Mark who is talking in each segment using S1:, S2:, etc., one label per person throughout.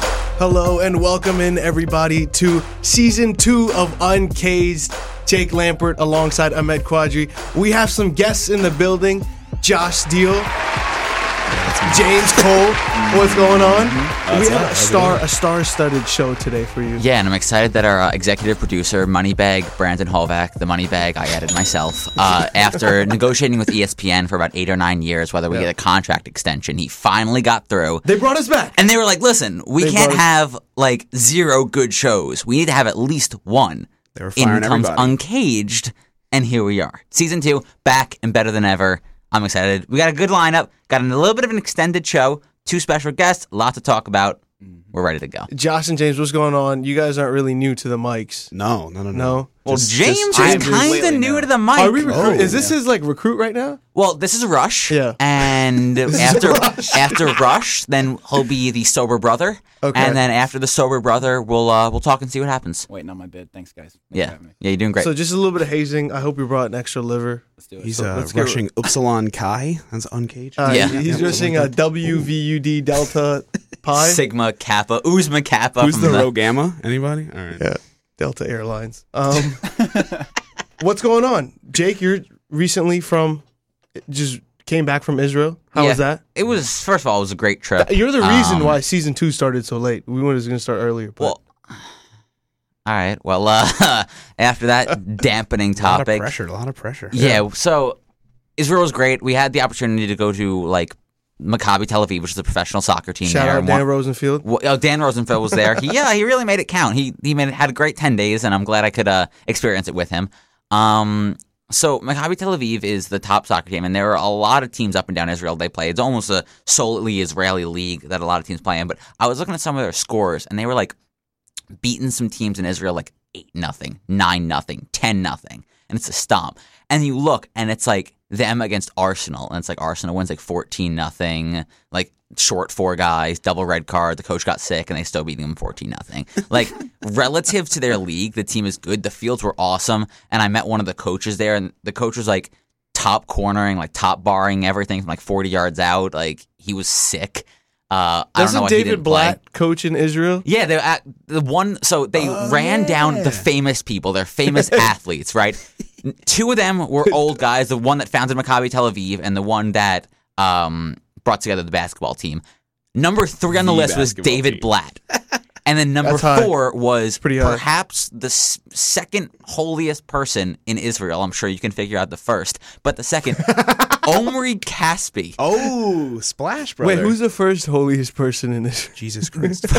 S1: Hello and welcome in everybody to season two of Uncaged. Jake Lampert alongside Ahmed Quadri. We have some guests in the building. Josh Deal, James Cole. What's going on?
S2: Mm-hmm.
S1: we have a star, a star-studded show today for you.
S2: Yeah, and I'm excited that our uh, executive producer, Moneybag Brandon Holvac, the Moneybag I added myself, uh, after negotiating with E ESPN for about eight or nine years whether we get a contract extension, he finally got through.
S1: They brought us back.
S2: And they were like, listen, we
S1: They
S2: can't
S1: brought-
S2: have like zero good shows. We need to have at least one. They
S3: were
S2: In
S3: firing
S2: comes
S3: everybody.
S2: Uncaged, and here we are. Season two, back and better than ever. I'm excited. We got a good lineup, got a little bit of an extended show, two special guests, a lot to talk about.
S1: Mm-hmm.
S2: We're ready to go.
S1: Josh and James, what's going on? You guys aren't really new to the mics.
S3: No, no, no, no.
S1: No.
S2: Well,
S3: Just-
S2: James
S3: just-
S2: is
S3: James is
S2: kind
S3: lately
S2: of new
S3: now.
S2: to the mic.
S1: Are we recruit?
S3: Oh,
S1: is this his like recruit right now?
S2: well, this is Rush.
S1: Yeah.
S2: And after Rush. after Rush, then he'll be the sober brother.
S1: Okay.
S2: And then after the sober brother, we'll uh, we'll talk and see what happens.
S4: Waiting on my bid. Thanks, guys. Thanks for
S2: Yeah.
S4: having me.
S2: Yeah, you're doing great.
S1: So just a little bit of hazing. I hope you brought an extra liver.
S4: Let's do it.
S3: He's
S1: So
S3: uh,
S1: let's get-
S3: rushing Upsilon Kai. That's uncaged.
S1: Uh,
S2: Yeah.
S1: He's rushing a WVUD Delta Pi.
S2: Sigma Kappa, Uzma Kappa.
S3: Who's
S2: from
S3: the Rho Gamma? Anybody? All right.
S1: Yeah, Delta Airlines. Um, what's going on, Jake? You're recently from, just came back from Israel. How was
S2: Yeah.
S1: that?
S2: It was first of all, it was a great trip.
S1: You're the reason
S2: Um,
S1: why season two started so late. We wanted going to start earlier. But
S2: Well, all right. Well, uh, after that dampening
S3: A lot of
S2: topic,
S3: pressure. A lot of pressure.
S2: Yeah. So Israel was great. We had the opportunity to go to like Maccabi Tel Aviv, which is a professional soccer team
S1: shout
S2: there.
S1: out
S2: and
S1: Dan
S2: wa-
S1: Rosenfield.
S2: Well, oh, Dan Rosenfeld was there. He, yeah, he really made it count. He he made, had a great ten days, and I'm glad I could uh, experience it with him. Um, so Maccabi Tel Aviv is the top soccer team, and there are a lot of teams up and down Israel they play. It's almost a solely Israeli league that a lot of teams play in. But I was looking at some of their scores, and they were like beaten some teams in Israel like eight nothing, nine nothing, ten nothing, and it's a stomp. And you look, and it's like them against Arsenal, and it's like Arsenal wins like fourteen nothing, like short four guys, double red card. The coach got sick, and they still beating them fourteen nothing. Like relative to their league, the team is good. The fields were awesome, and I met one of the coaches there, and the coach was like top cornering, like top barring everything from like forty yards out. Like he was sick. Uh, I don't know
S1: Doesn't
S2: why he
S1: David
S2: didn't play.
S1: Blatt coach in Israel?
S2: Yeah, they were at the one. So they ran down the famous people. They're famous athletes, right? Two of them were old guys. The one that founded Maccabi Tel Aviv, and the one that um, brought together the basketball team. Number three on the,
S3: The
S2: list was
S3: basketball
S2: David
S3: team.
S2: Blatt, and then number
S1: That's high.
S2: four was
S1: pretty high.
S2: perhaps the s- second holiest person in Israel. I'm sure you can figure out the first, but the second, Omri Caspi.
S3: Oh, Splash Brother.
S1: Wait, who's the first holiest person in Israel?
S3: Jesus Christ?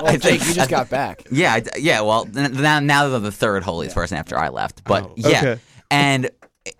S4: Well, Jake, you just got back.
S2: Yeah, I d yeah. Well, n- now now they're the third holiest person after I left, but yeah.
S1: Okay.
S2: And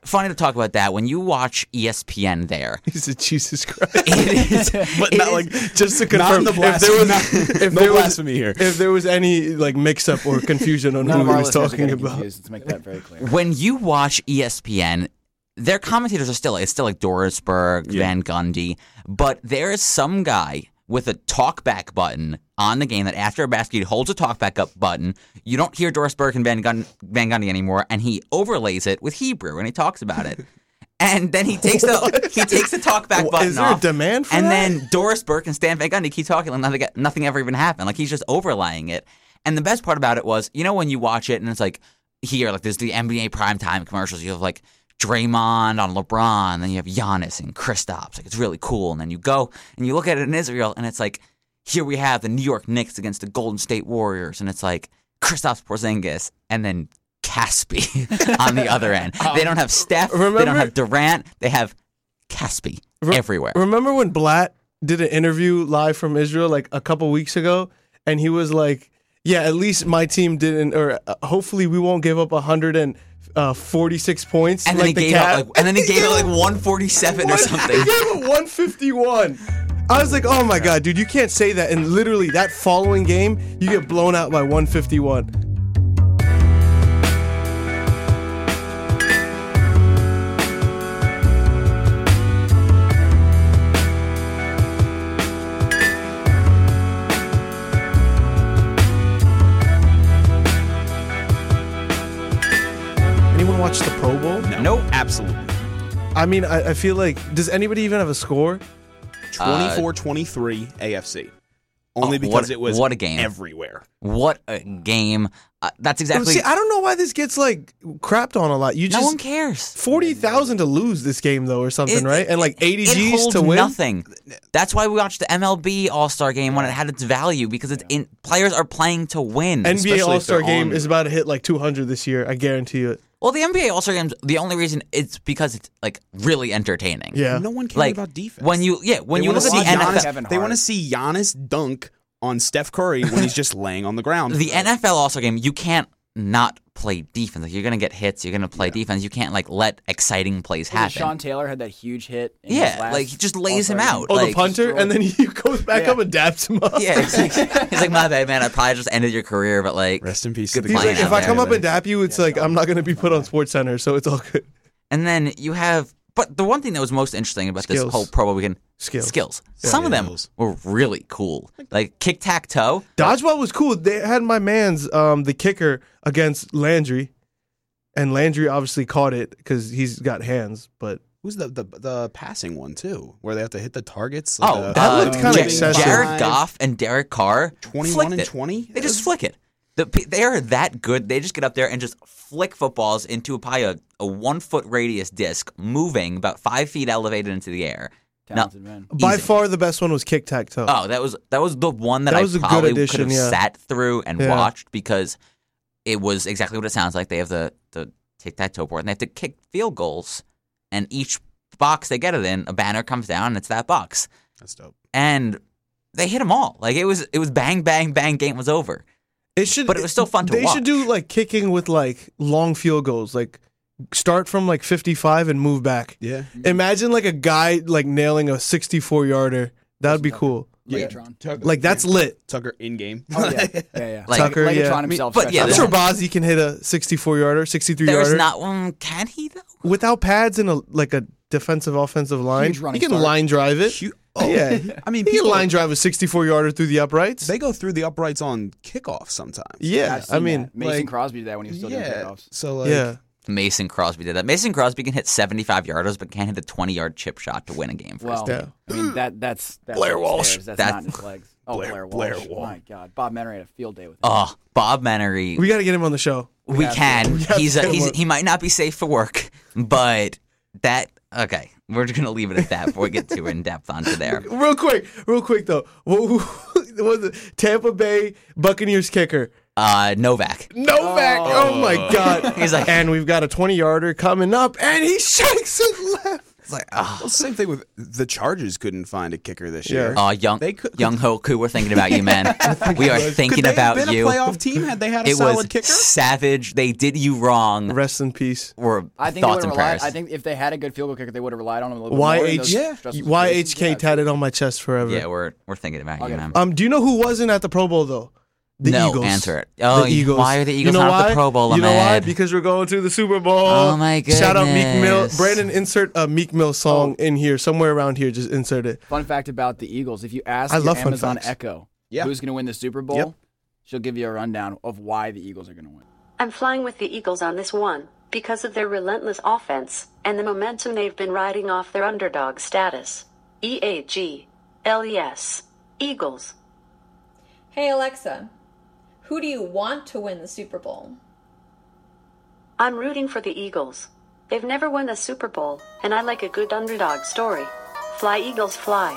S2: funny to talk about that when you watch E ESPN there.
S1: He said Jesus Christ.
S2: It is,
S3: but
S2: it
S3: not
S2: is-
S3: like
S1: Just to
S3: not
S1: confirm,
S3: in the
S1: if there
S3: blasphemy.
S1: was
S3: not,
S1: if
S3: no
S1: there was-
S3: blasphemy here.
S1: if there was any like mix-up or confusion on
S4: None
S1: who
S4: of
S1: he
S4: our
S1: was
S4: listeners are
S1: talking
S4: getting
S1: about,
S4: confused. Let's make that very clear.
S2: when you watch E ESPN, their commentators are still it's still like Dorisberg, Van Gundy, but there is some guy with a talkback button on the game that after a basket he holds a talkback up button. You don't hear Dorisberg and Van, Gun- Van Gundy anymore, and he overlays it with Hebrew and he talks about it. And then he takes the he takes the talkback button
S1: is there a
S2: off,
S1: demand for
S2: and
S1: that?
S2: then Doris Burke and Stan Van Gundy keep talking like nothing, nothing ever even happened. Like he's just overlying it. And the best part about it was, you know, when you watch it and it's like here, like there's the NBA primetime commercials. You have like Draymond on LeBron, then you have Giannis and Kristaps. Like it's really cool. And then you go and you look at it in Israel, and it's like here we have the New York Knicks against the Golden State Warriors, and it's like Kristaps Porzingis, and then. Caspi on the other end. They don't have Steph. they don't
S1: remember-
S2: have Durant. They have Caspi everywhere.
S1: Remember when Blatt did an interview live from Israel like a couple weeks ago, and he was like, "Yeah, at least my team didn't, or uh, hopefully we won't give up 146 uh, points."
S2: and then
S1: like
S2: he
S1: the
S2: gave
S1: Cavs."
S2: out like, and then he gave out like
S1: gave up
S2: 147 or
S1: one-
S2: something.
S1: He gave up 151. I was like, "Oh my god, dude, you can't say that!" And literally that following game, you get blown out by 151. Anyone watch the Pro Bowl?
S2: Nope.
S3: Absolutely.
S1: I mean, I, I feel like does anybody even have a score?
S3: 24 23 AFC. only
S2: Uh, Oh,
S3: because
S2: what-
S3: it was
S2: what a game.
S3: everywhere.
S2: What a game! Uh, that's exactly.
S1: Oh, See, I don't know why this gets like crapped on a lot. You
S2: no
S1: just
S2: one cares.
S1: forty thousand to lose this game though, or something,
S2: It-
S1: right? And like eighty
S2: it
S1: G's
S2: holds
S1: to win.
S2: nothing. That's why we watched the MLB All Star Game when it had its value because it's in, players are playing to win.
S1: NBA
S3: Especially
S1: All
S3: if they're
S1: Star game
S3: on-
S1: is about to hit like two hundred this year. I guarantee you it.
S2: well, the NBA All Star Games, the only reason it's because it's like really entertaining.
S1: Yeah.
S3: No one cares
S2: like
S3: about defense.
S2: when you yeah when
S3: They
S2: you
S3: wanna
S2: look at the
S3: see
S2: NFL.
S3: Giannis-
S4: Kevin
S3: they want to
S4: Hart.
S3: see Giannis dunk on Steph Curry when he's just laying on the ground.
S2: the NFL also game, you can't not play defense. Like you're gonna get hits, you're gonna play defense. You can't like let exciting plays happen.
S4: Sean Taylor had that huge hit. in his
S2: yeah,
S4: last
S2: like he just lays him
S4: All-Star
S2: out.
S1: Oh,
S2: like,
S1: the punter, and then he goes back
S4: Yeah.
S1: up and daps him up.
S2: Yeah, he's like, he's like, my bad, man. I probably just ended your career, but like,
S3: Rest in peace.
S2: Good
S1: He's
S2: Fine,
S1: like, if
S2: yeah,
S1: I come up
S3: everybody.
S1: and dap you, it's like I'm not going to be put on Sports Center, so it's all good.
S2: and then you have. But the one thing that was most interesting about
S1: Skills.
S2: this whole Pro Bowl weekend,
S1: Skills.
S2: skills. Some of them
S3: Skills.
S2: were really cool, like kick tac toe.
S1: Dodgeball was cool. They had my man's um, the kicker against Landry, and Landry obviously caught it because he's got hands. But
S3: Who's the, the the passing one too? Where they have to hit the targets. like
S2: Oh,
S3: the-
S1: That
S2: uh,
S1: looked kinda
S2: Ja-
S1: excessive.
S2: Jared Goff and Derek Carr, flicked
S3: Twenty-one and
S2: it.
S3: twenty.
S2: They just flick it. The, pe- they are that good. They just get up there and just flick footballs into a pie, a, a one foot radius disc, moving about five feet elevated into the air.
S4: Talented man.
S1: by
S2: Easy.
S1: far the best one was kick tac toe.
S2: Oh, that was that was the one that,
S1: That was a
S2: I
S1: good
S2: probably
S1: addition,
S2: could have
S1: yeah.
S2: sat through and
S1: Yeah.
S2: watched because it was exactly what it sounds like. They have the the tic tac toe board and they have to kick field goals, and each box they get it in, a banner comes down and it's that box,
S3: That's dope.
S2: and they hit them all. Like it was it was bang bang bang. Game was over.
S1: It should,
S2: But it was still fun to
S1: They should do
S2: watch.
S1: like kicking with like long field goals, like start from like 55 and move back.
S3: Yeah.
S1: Imagine like a guy like nailing a 64 yarder. That would be cool.
S3: Yeah.
S4: Megatron.
S3: Tucker.
S1: Like that's lit.
S3: Tucker in game.
S4: Oh, yeah. yeah, yeah.
S2: Like-
S1: Tucker,
S4: Megatron
S1: yeah.
S4: himself.
S2: But
S4: stretched
S2: yeah,
S4: out.
S1: I'm sure Bozzy can hit a 64 yarder, 63
S2: There's
S1: yarder
S2: not one. Can he though?
S1: without pads and a like a defensive offensive line.
S4: Huge running
S1: He can
S4: start.
S1: line drive it.
S3: Hu- oh.
S1: Yeah,
S3: I mean,
S1: he can
S3: people-
S1: line drive a 64 yarder through the uprights.
S3: They go through the uprights on kickoff sometimes.
S1: yeah,
S4: I've seen
S1: I mean,
S4: that. Mason
S3: like-
S4: Crosby did that when he was still doing kickoffs.
S3: So like,
S1: yeah.
S2: Mason Crosby did that. Mason Crosby can hit 75 yarders, but can't hit a 20 yard chip shot to win a game. For us.
S4: Well,
S1: Yeah.
S4: I mean that that's, that's
S3: Blair Walsh.
S4: upstairs. That's,
S2: That-
S4: not in his legs. Oh,
S3: Blair-
S4: Blair, Walsh.
S3: Blair Walsh.
S4: My God, Bob Mannery had a field day with him.
S2: oh, Bob Mannery, we,
S1: We got to get him on the show.
S4: have to.
S2: can. he's a,
S1: get
S2: he's
S1: one.
S2: he might not be safe for work, but that okay. We're just gonna leave it at that before we get too in depth onto there.
S1: Real quick, real quick though. What who was it? Tampa Bay Buccaneers kicker
S2: Uh, Novak.
S1: Novak. Oh, my god.
S2: He's like-
S1: and we've got a 20 yarder coming up, and he shakes it left.
S2: It's like oh,
S3: uh, Well, same thing with the Chargers couldn't find a kicker this
S1: Yeah.
S3: year.
S2: uh, young
S3: They could-
S2: young Hoku. We're thinking about you, man. we are thinking
S3: could they
S2: about
S3: have been
S2: you.
S3: a playoff team had they had a
S2: it
S3: solid
S2: was
S3: kicker?
S2: savage. They did you wrong.
S1: Rest in peace.
S2: Or
S4: I think they
S2: thoughts
S4: would
S2: and
S4: relied,
S2: prayers.
S4: I think if they had a good field goal kicker, they would have relied on him a little bit more. in
S1: YH,
S4: those
S3: yeah.
S4: stressful situations.
S1: YHK
S4: Yeah.
S1: tatted on my chest forever.
S2: yeah, we're we're thinking about you,
S4: Okay.
S3: Oh,
S2: man.
S1: Um, do you know who wasn't at the Pro Bowl though? The
S2: no,
S1: Eagles.
S2: answer it. Oh,
S1: the
S2: you-
S1: Eagles.
S2: why are the Eagles
S1: you know
S2: not
S1: why?
S2: at the Pro Bowl?
S1: You know why?
S2: Ahmed?
S1: Because we're going to the Super Bowl.
S2: Oh, my
S1: Shout out Meek Mill.
S2: goodness. Oh.
S1: Brandon, insert a Meek Mill song in here somewhere around here. Just insert it.
S4: Fun fact about the Eagles: if you ask
S1: I
S4: your
S1: love fun
S4: Amazon
S1: facts.
S4: Echo
S3: Yeah.
S4: who's going to win the Super Bowl,
S3: Yep.
S4: she'll give you a rundown of why the Eagles are going to win.
S5: I'm flying with the Eagles on this one because of their relentless offense and the momentum they've been riding off their underdog status. E A G L E S. Eagles.
S6: Hey Alexa, who do you want to win the Super Bowl?
S5: I'm rooting for the Eagles. They've never won a Super Bowl, and I like a good underdog story. Fly Eagles fly.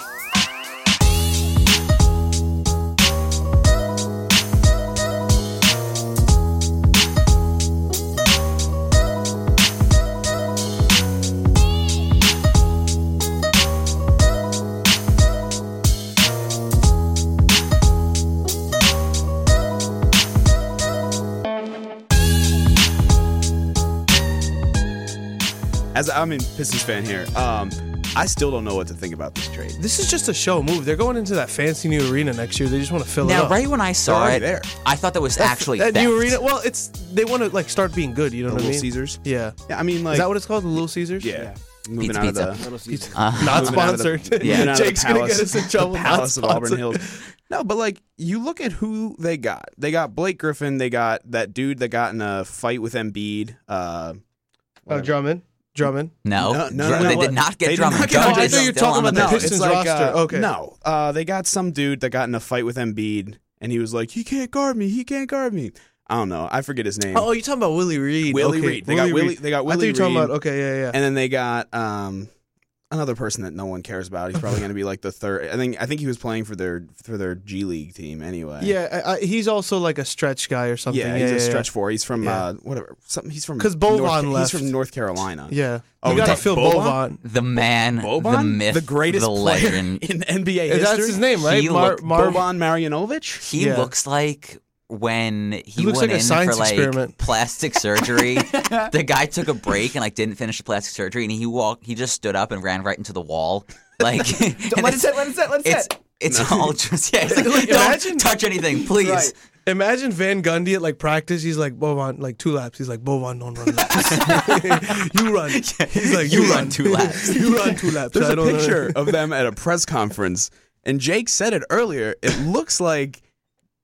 S3: As I'm a Pistons fan here, um, I still don't know what to think about this trade.
S1: This is just a show move. They're going into that fancy new arena next year. They just want to fill it
S2: Now,
S1: up.
S2: right when I saw
S3: already
S2: it,
S3: there.
S2: I thought that was actually
S1: that new
S2: theft.
S1: arena. Well, it's they want to like start being good. You know
S3: The
S1: what I
S3: Little
S1: mean?
S3: Caesars?
S1: Yeah.
S3: Yeah, I mean, like,
S1: is that what it's called? The Little Caesars.
S3: yeah. Moving
S2: Pizza,
S3: out
S2: pizza.
S3: of the
S4: Little season.
S2: Uh,
S1: Not
S3: moving out of the-
S1: sponsored.
S2: Yeah.
S3: moving out of the
S1: Jake's gonna
S3: palace-
S1: get us in trouble.
S3: the
S1: Not
S3: Palace of Auburn
S1: sponsored.
S3: Hills. No, but like you look at who they got. They got Blake Griffin. They got that dude that got in a fight with Embiid. Uh,
S1: Oh, Drummond. Drummond.
S2: No,
S3: No, no,
S2: Dr-
S3: no,
S2: they
S3: no.
S2: did not get
S3: They did
S2: Drummond.
S3: not get
S2: Drummond
S3: Drummond.
S2: is
S3: I thought you were
S2: still
S1: talking
S2: on the
S1: about
S2: bench.
S1: the Pistons roster,
S3: uh,
S1: okay.
S3: No, uh, they got some dude that got in a fight with Embiid, and he was like, "He can't guard me. He can't guard me." I don't know. I forget his name.
S1: Oh, you're talking about Willie Reed.
S3: Willie
S1: okay.
S3: Reed. They got Willie- they got
S1: I thought
S3: Willie
S1: you were talking
S3: Reed.
S1: about. Okay, yeah, yeah.
S3: And then they got um, another person that no one cares about. He's probably going to be like the third. I think. I think he was playing for their for their G League team anyway.
S1: yeah, I, I, he's also like a stretch guy or something.
S3: Yeah,
S1: Yeah,
S3: he's
S1: yeah,
S3: a
S1: yeah.
S3: stretch four. He's from
S1: Yeah.
S3: uh, whatever. Something. He's from
S1: 'Cause Boban
S3: North-
S1: left.
S3: He's from North Carolina.
S1: Yeah,
S3: Oh,
S1: you
S3: we
S1: gotta
S3: got
S1: feel
S3: Boban?
S1: Boban.
S2: The man, the
S3: Boban,
S2: myth,
S3: the greatest
S2: the
S3: player
S2: legend.
S3: in NBA history.
S1: That's his name, right?
S2: He
S1: Mar-
S2: looked-
S1: Mar-
S3: Boban Marjanovic.
S2: He
S1: Yeah.
S2: looks like when he,
S1: looks
S2: went
S1: like a
S2: in
S1: science
S2: for like
S1: experiment.
S2: plastic surgery. the guy took a break and like didn't finish the plastic surgery, and he walked. He just stood up and ran right into the wall. Like, and
S4: Let it
S2: it's-
S4: sit. Let it sit. Let it
S2: It's
S4: sit.
S2: it's all just yeah. It's like, don't
S1: Imagine-
S2: touch anything, please.
S4: Right.
S1: Imagine Van Gundy at like practice. He's like Boban, like two laps. He's like Boban, don't run laps. you run. He's like
S2: you run two laps.
S1: you run two laps.
S3: There's
S1: I
S3: a
S1: don't know.
S3: picture of them at a press conference, and Jake said it earlier. It looks like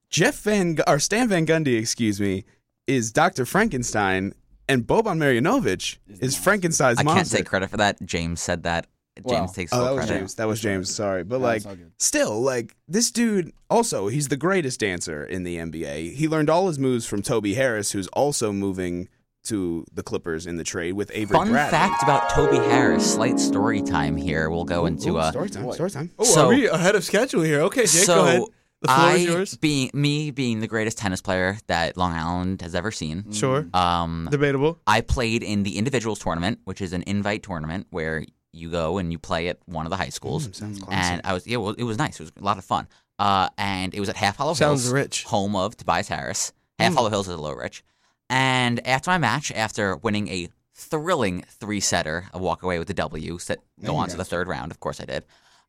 S3: Jeff Van Gu- or Stan Van Gundy, excuse me, is Doctor Frankenstein, and Boban Marjanovic is Frankenstein's
S2: I
S3: monster.
S2: can't take credit for that. James said that. James
S4: Wow.
S2: takes
S3: Oh,
S2: full
S3: that was
S2: credit.
S3: James. That was James. Sorry, but
S4: No,
S3: like,
S4: it's all good.
S3: still, like this dude. Also, he's the greatest dancer in the NBA. He learned all his moves from Toby Harris, who's also moving to the Clippers in the trade with Avery.
S2: Fun
S3: Bradley.
S2: fact about Toby Harris. Slight story time here. We'll go into
S3: Ooh,
S2: uh,
S3: story time. Story time.
S1: Oh,
S2: So-
S1: are we ahead of schedule here? Okay, Jake,
S2: so
S1: go ahead. The floor
S2: I,
S1: is yours.
S2: Being me being the greatest tennis player that Long Island has ever seen.
S1: Sure.
S2: Um,
S1: Debatable.
S2: I played in the individuals tournament, which is an invite tournament where you go and you play at one of the high
S1: Mm.
S2: schools.
S3: sounds
S2: and I was yeah, well, it was nice. It was a lot of fun. Uh, and it was at Half Hollow
S1: Sounds
S2: Hills,
S1: rich. Hmm.
S2: home of Tobias Harris. Half Hollow Hills is a low rich. And after my match, after winning a thrilling three setter, I walk away with the W, set, go on to the third round. Of course, I did.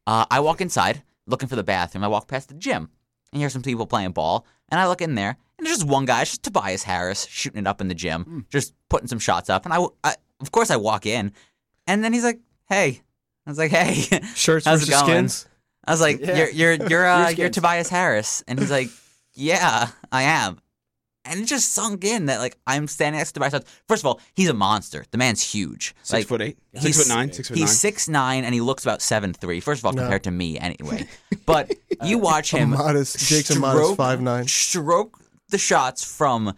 S2: Uh, I walk inside looking for the bathroom. I walk past the gym and hear some people playing ball. And I look in there and there's just one guy, it's just Tobias Harris, shooting it up in the gym,
S1: Hmm.
S2: just putting some shots up. And I, I, of course, I walk in and then he's like, hey. I was like, hey.
S1: Shirts
S2: How's
S1: versus
S2: it going?
S1: skins.
S2: I was like,
S4: Yeah.
S2: "You're you're you're uh,
S4: Your
S2: you're
S4: skins.
S2: Tobias Harris," and he's like, "Yeah, I am." And it just sunk in that like I'm standing next to Tobias. Harris. First of all, he's a monster. The man's huge.
S3: Six
S2: like,
S3: foot eight. Six
S2: he's-
S3: foot nine. Six foot
S2: he's
S3: nine.
S2: six nine, and he looks about seven three. First of all,
S1: No.
S2: compared to me, anyway. But you watch him.
S1: modest- Jake's a modest 5'9".
S2: Stroke the shots from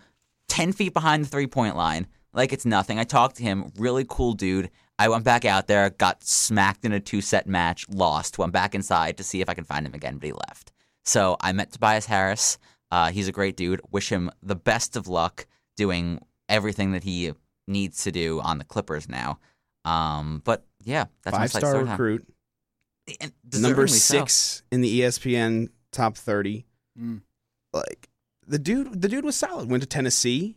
S2: ten feet behind the three point line like it's nothing. I talked to him. Really cool dude. I went back out there, got smacked in a two set match, lost. Went back inside to see if I can find him again, but he left. So I met Tobias Harris. Uh, he's a great dude. Wish him the best of luck doing everything that he needs to do on the Clippers now. Um, but yeah, that's my
S3: Five
S2: slight
S3: star
S2: story time.
S3: recruit.
S2: And
S3: number
S2: deservingly so.
S3: six in the E ESPN top thirty.
S4: Mm.
S3: Like the dude, the dude was solid. Went to Tennessee,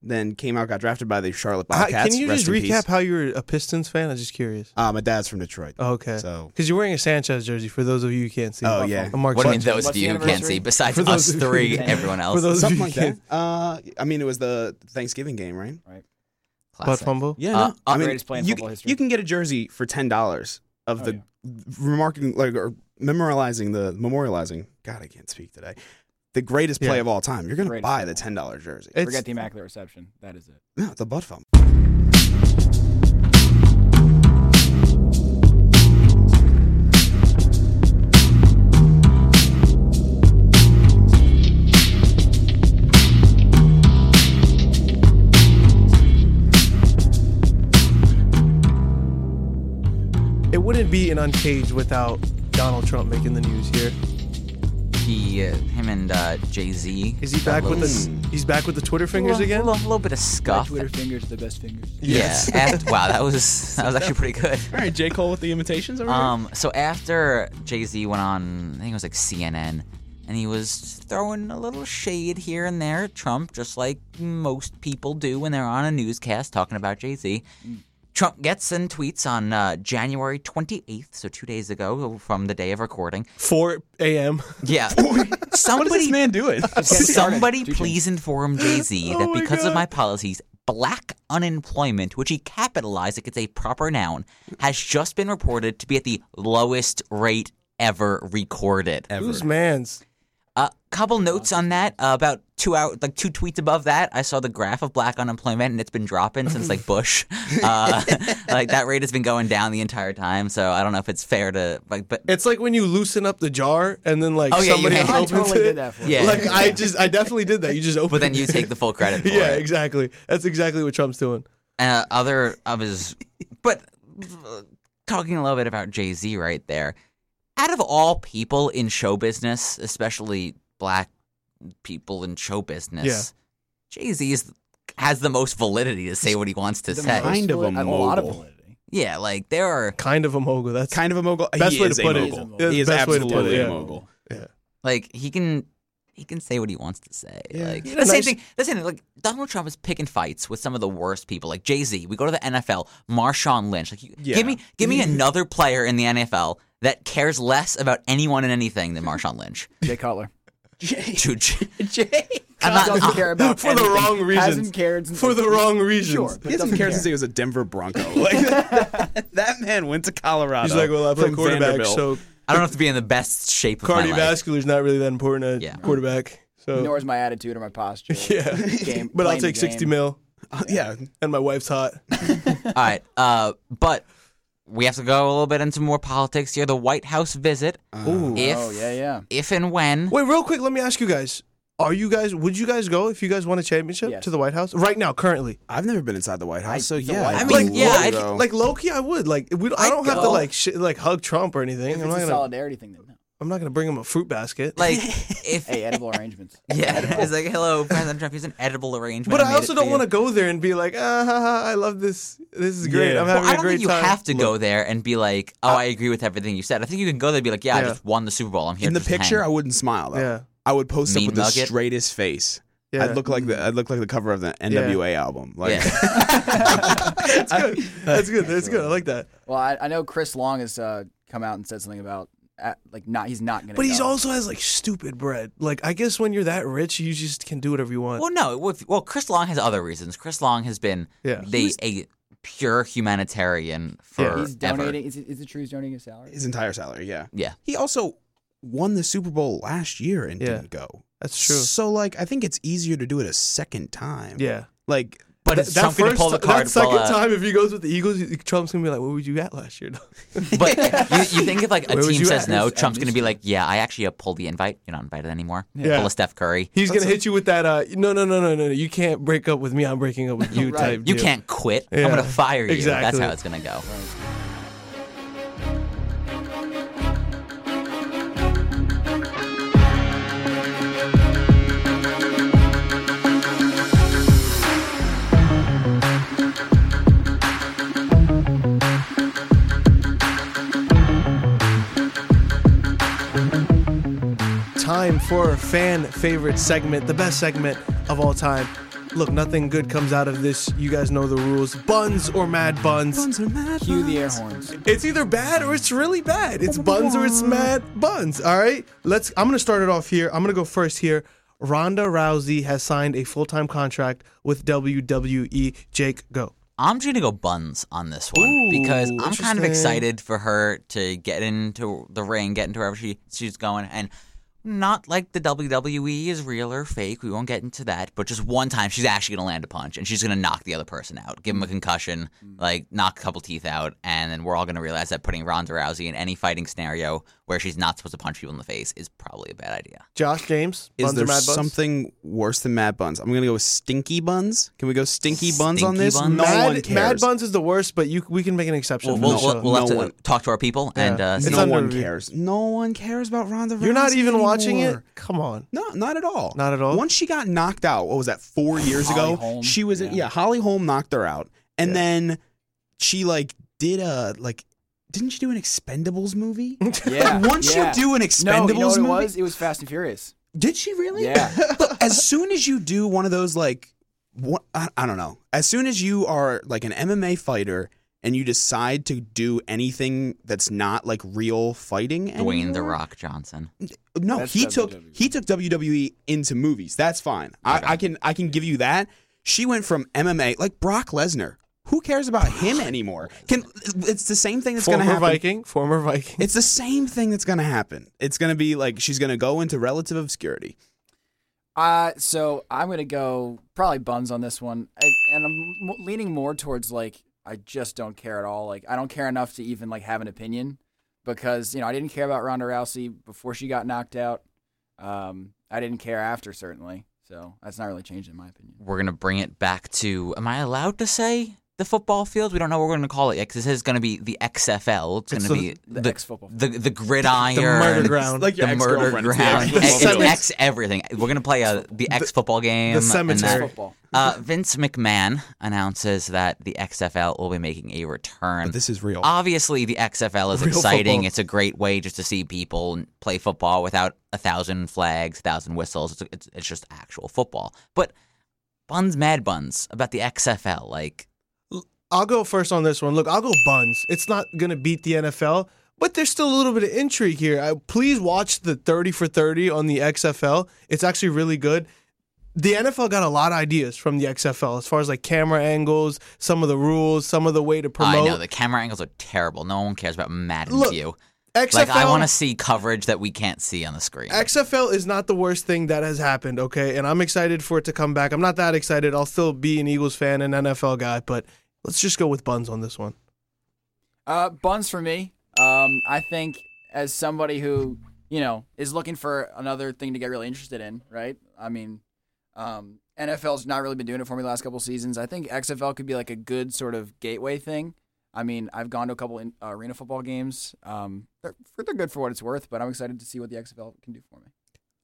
S3: then came out, got drafted by the Charlotte
S1: Hi-
S3: Bobcats.
S1: can you
S3: Rest
S1: just recap
S3: in peace.
S1: how you were a Pistons fan? I'm just curious.
S3: Uh, my dad's from Detroit.
S1: Okay.
S3: So
S1: Because you're wearing a Sanchez jersey. For those of you who can't see.
S3: Oh, yeah.
S1: A Mark
S2: What do you mean
S1: Sanchez.
S2: those of
S4: What's
S2: you
S4: the
S2: who can't
S4: anniversary?
S2: see? Besides
S1: For those of
S2: us
S1: you-
S2: three, everyone else.
S1: For those
S3: something
S1: of
S3: like
S1: you who
S3: that.
S1: can't.
S3: Uh, I mean, it was the Thanksgiving game, right?
S1: Butt
S2: Classic.
S1: fumble.
S3: Yeah.
S2: Uh,
S3: no. I
S2: uh,
S3: mean,
S4: Greatest play in
S3: you,
S4: football history.
S3: you can get a jersey for ten dollars of
S4: Oh,
S3: the remarking like or memorizing the memorializing. God, I can't speak today. The greatest play
S1: Yeah.
S3: of all time. You're gonna
S4: Greatest
S3: buy
S4: play.
S3: the ten dollar jersey.
S1: It's-
S4: Forget the immaculate reception. That is it.
S3: no, the butt fumble.
S1: It wouldn't be an uncaged without Donald Trump making the news here.
S2: He, uh, him, and uh, Jay Z.
S1: Is he back with the? He's back with the Twitter fingers again.
S2: A little, little bit of
S4: My
S2: scuff.
S4: Twitter fingers, the best fingers.
S2: Yeah. After, wow, that was that was actually pretty good.
S3: All right, J. Cole with the imitations. Over
S2: Um, so after Jay Z went on, I think it was like CNN, and he was throwing a little shade here and there at Trump, just like most people do when they're on a newscast talking about Jay Z. Trump gets and tweets on uh, January 28th, so two days ago from the day of recording.
S1: 4 a.m.
S2: Yeah.
S3: what is
S2: somebody
S3: this man doing?
S2: Somebody
S4: Two
S2: please inform Jay Z
S1: Oh
S2: that
S1: my
S2: because of
S1: God.
S2: my policies, black unemployment, which he capitalized like it's a proper noun, has just been reported to be at the lowest rate ever recorded.
S1: Who's man's?
S2: A couple notes on that. Uh, about two out, like two tweets above that, I saw the graph of black unemployment, and it's been dropping since like Bush. Uh, like that rate has been going down the entire time. So I don't know if it's fair to like, but
S1: It's like when you loosen up the jar and then like
S2: Oh, yeah, you
S1: somebody
S2: hang-
S1: else
S2: I
S1: opens
S4: totally
S1: it.
S4: did that for you.
S2: Yeah.
S1: Like I just I definitely did that. You just opened
S2: but then you take the full credit. For
S1: Yeah,
S2: it.
S1: exactly. That's exactly what Trump's doing.
S2: uh, other of his, but uh, talking a little bit about Jay Z right there. Out of all people in show business, especially black people in show business, Jay Z has the most validity to say what he wants to
S4: The
S2: say.
S3: Kind of a
S4: valid- lot of
S3: mogul.
S4: validity.
S2: Yeah, like there are
S1: Kind of a mogul. That's
S3: Kind of a mogul.
S1: Best
S3: he
S1: way
S3: is
S1: to
S3: a
S1: put
S4: it.
S3: mogul.
S4: Yeah,
S3: He is
S1: best way to put it,
S3: absolutely
S1: yeah.
S3: a mogul.
S2: like he can he can say what he wants to say. Like the
S1: Nice.
S2: same thing. The same thing. Like Donald Trump is picking fights with some of the worst people. Like Jay Z. We go to the NFL. Marshawn Lynch. Like you,
S3: Yeah.
S2: give me give me another player in the NFL that cares less about anyone and anything than Marshawn Lynch.
S4: Jay Cutler.
S2: Dude,
S4: Jay
S2: not-
S4: doesn't care about
S1: for the
S4: anything.
S1: wrong reasons.
S4: Hasn't cared since-
S1: for the wrong reasons.
S4: Sure, but
S3: He doesn't care since he was a Denver Bronco. Like that man went to Colorado.
S1: He's like, well, I play
S3: from
S1: quarterback,
S3: Vanderbilt.
S1: so
S2: I don't have to be in the best shape of my life.
S1: cardiovascular is not really that important at
S2: Yeah.
S1: quarterback. So
S4: Nor is my attitude or my posture.
S1: yeah,
S4: Game,
S1: but I'll
S4: playing the
S1: take sixty
S4: game.
S1: mil,
S3: Uh, yeah,
S1: and my wife's hot.
S2: All right, uh, but we have to go a little bit into more politics here. The White House visit,
S1: Ooh.
S2: if
S4: Oh yeah, yeah.
S2: if and when.
S1: Wait, real quick, let me ask you guys: Are you guys? Would you guys go if you guys won a championship
S4: Yes.
S1: to the White House right now, currently?
S3: I've never been inside the White House, so
S4: the
S3: yeah.
S4: White
S3: I'd
S4: House.
S2: Like,
S3: love
S2: yeah,
S3: to
S2: I-
S3: go.
S1: Like Loki, I would. Like we don't, I
S2: I'd
S1: don't have to
S2: go.
S1: like sh- like hug Trump or anything.
S4: If
S1: I'm
S4: it's
S1: not
S4: a
S1: gonna.
S4: solidarity thing, then no.
S1: I'm not gonna bring him a fruit basket.
S2: Like if
S4: Hey, edible arrangements.
S2: Yeah, it's like, hello, President Trump. Here's an edible arrangement.
S1: but I also don't want to go there and be like, ah, ha, ha, I love this. This is great.
S3: Yeah.
S1: I'm
S2: Well,
S1: having
S2: I
S1: a
S2: don't
S1: great
S2: think you
S1: time.
S2: have to go there and be like, "Oh, I agree with everything you said." I think you can go there and be like, "Yeah, I
S1: Yeah.
S2: just won the Super Bowl. I'm here."
S3: in the
S2: just to
S3: picture, I
S2: hang.
S3: wouldn't smile though.
S1: Yeah.
S3: I would post
S2: Mean
S3: up with the
S2: mug it?
S3: straightest face.
S1: Yeah.
S3: I'd look like the I'd look like the cover of the NWA album. Like
S2: Yeah.
S1: That's good. That's good. That's good. I like that.
S4: Well, I, I know Chris Long has uh, come out and said something about uh, like not he's not gonna.
S1: But he's
S4: go.
S1: also has like stupid bread. Like I guess when you're that rich, you just can do whatever you want.
S2: well, no. with- Well, Chris Long has other reasons. Chris Long has been
S1: Yeah.
S2: the a pure humanitarian for
S4: he's donating. Is it, is it true he's donating his salary?
S3: his entire salary. Yeah.
S2: Yeah.
S3: He also won the Super Bowl last year and
S1: Yeah.
S3: didn't go.
S1: That's true.
S3: So like, I think it's easier to do it a second time.
S1: Yeah.
S3: Like,
S2: But
S1: Th-
S2: is Trump going to pull the
S1: ti-
S2: card?
S1: that second
S2: pull a-
S1: time, if he goes with the Eagles, he- Trump's gonna be like, "What would you at last year?"
S2: But you, you think if like a
S1: Where was
S2: team
S1: you
S2: says
S1: at?
S2: no,
S4: Who's-
S2: Trump's
S4: I
S2: going to
S4: missed
S2: be like,
S4: you.
S2: "Yeah, I actually uh, pulled the invite. You're not invited anymore."
S1: Yeah.
S2: Pull a Steph Curry.
S1: He's gonna
S3: That's
S1: hit you with that. Uh, no, no, no, no, no, no. You can't break up with me. I'm breaking up with you.
S4: Right.
S1: Type.
S2: You
S1: deal.
S2: can't quit.
S1: Yeah.
S2: I'm going to fire you. That's
S1: Exactly.
S2: how it's going to go.
S1: Time for our fan favorite segment, the best segment of all time. Look, nothing good comes out of this. You guys know the rules. Buns or mad buns.
S4: Cue the air horns.
S1: It's either bad or it's really bad. It's buns or it's mad buns. All right, let's. I'm gonna start it off here. I'm gonna go first here. Ronda Rousey has signed a full time contract with WWE. Jake, go.
S2: I'm just gonna go buns on this one because I'm kind
S1: interesting.
S2: of excited for her to get into the ring, get into wherever she she's going, and not like the WWE is real or fake. We won't get into that, but just one time she's actually gonna land a punch and she's gonna knock the other person out, give him a concussion,
S1: Mm.
S2: like knock a couple teeth out, and then we're all gonna realize that putting Ronda Rousey in any fighting scenario where she's not supposed to punch people in the face is probably a bad idea.
S1: Josh James,
S3: is
S1: buns
S3: there
S1: or mad buns?
S3: something worse than mad buns? I'm gonna go with stinky buns. Can we go stinky buns on
S2: Stinky
S3: this?
S2: buns?
S3: No
S1: mad,
S3: one cares.
S1: mad buns is the worst, but you we can make an exception.
S2: We'll,
S1: for
S2: we'll,
S1: this
S2: we'll,
S1: show.
S2: we'll have
S3: No
S2: to
S3: one-
S2: talk to our people and uh,
S1: It's
S2: see-
S3: no
S1: under
S3: one
S1: review.
S3: cares. No one cares about Ronda.
S1: You're not
S3: Rousey
S1: even
S3: anymore.
S1: watching it. Come on.
S3: No, not at all.
S1: Not at all?
S3: Once she got knocked out, what was that? Four years
S4: Holly
S3: ago,
S4: Holm,
S3: she was. Yeah.
S4: yeah.
S3: Holly Holm knocked her out, and then she like did a like. Didn't she do an Expendables movie?
S4: Yeah.
S3: Once
S4: yeah.
S3: you do an
S4: No, you know
S3: Expendables
S4: what it
S3: movie,
S4: was? It was Fast and Furious.
S3: did she really?
S4: Yeah.
S3: But as soon as you do one of those, like, what I, I don't know. As soon as you are like an MMA fighter and you decide to do anything that's not like real fighting,
S2: Dwayne
S3: anymore-
S2: the Rock Johnson.
S3: No,
S4: That's
S3: he took
S1: E.
S4: WWE.
S3: he took WWE into movies. That's fine. I, I can I can give you that. She went from MMA like Brock Lesnar. Who cares about him anymore? Can it's the same thing that's going to
S1: Former
S3: happen.
S1: Viking, former Viking.
S3: It's the same thing that's going to happen. It's going to be like she's going to go into relative obscurity.
S4: Uh, so I'm gonna go probably buns on this one, and, and I'm m- leaning more towards like I just don't care at all. Like I don't care enough to even like have an opinion because you know I didn't care about Ronda Rousey before she got knocked out. Um, I didn't care after certainly, so that's not really changed in my opinion.
S2: We're gonna bring it back to. Am I allowed to say the football field? We don't know what we're gonna call it yet. 'cause this is gonna be the XFL. It's
S1: It's
S2: gonna
S1: the-
S2: be
S4: the ex-football
S2: the the
S1: The
S2: gridiron.
S1: murder ground.
S3: Like your
S2: the murder
S3: ex-girlfriend. It's the
S2: ground.
S3: ex-football
S2: It's
S3: field.
S2: X everything. We're gonna play a the X football game. and that.
S1: cemetery.
S4: Football.
S2: Uh, Vince McMahon announces that the XFL will be making a return.
S3: But this is real.
S2: Obviously, the XFL is
S1: Real
S2: exciting.
S1: football.
S2: It's a great way just to see people and play football without a thousand flags, thousand whistles. It's, it's, it's just actual football. But buns, mad buns about the XFL. Like,
S1: I'll go first on this one. Look, I'll go Buns. It's not gonna beat the NFL, but there's still a little bit of intrigue here. I, please watch the 30 for 30 on the XFL. It's actually really good. The NFL got a lot of ideas from the XFL as far as like camera angles, some of the rules, some of the way to promote.
S2: I know the camera angles are terrible. No one cares about Madden
S1: Look,
S2: View.
S1: XFL,
S2: Like, I want to see coverage that we can't see on the screen.
S1: XFL is not the worst thing that has happened, okay? And I'm excited for it to come back. I'm not that excited. I'll still be an Eagles fan and NFL guy, but let's just go with Buns on this one.
S4: Uh, buns for me. Um, I think as somebody who you know is looking for another thing to get really interested in, right? I mean, um, NFL's not really been doing it for me the last couple seasons. I think XFL could be like a good sort of gateway thing. I mean, I've gone to a couple in, uh, arena football games. Um, they're they're good for what it's worth, but I'm excited to see what the XFL can do for me.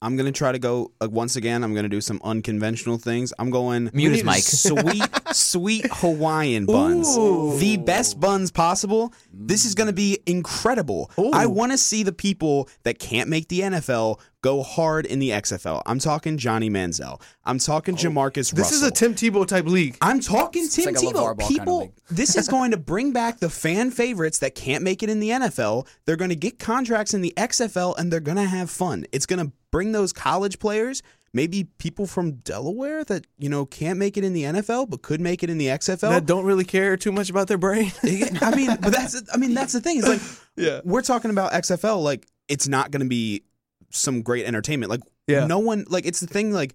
S3: I'm going to try to go uh, once again. I'm going to do some unconventional things. I'm going
S2: Mute his
S1: We need
S2: mic.
S3: sweet, sweet Hawaiian buns. The best buns possible. This is going to be incredible. I want to see the people that can't make the NFL go hard in the XFL. I'm talking Johnny Manziel. I'm talking Jamarcus
S1: This is
S3: Russell.
S1: a Tim Tebow type league.
S3: I'm talking Tim
S4: like a
S3: Tebow.
S4: LeVar Ball kind of
S3: People,
S4: league.
S3: this is going to bring back the fan favorites that can't make it in the NFL. They're going to get contracts in the XFL and they're going to have fun. It's going to bring those college players, maybe people from Delaware that you know can't make it in the NFL but could make it in the XFL.
S1: That don't really care too much about their brain.
S3: I mean, but that's I mean that's the thing. It's like
S1: Yeah.
S3: we're talking about XFL. Like it's not going to be some great entertainment. Like
S1: Yeah.
S3: no one like it's the thing. Like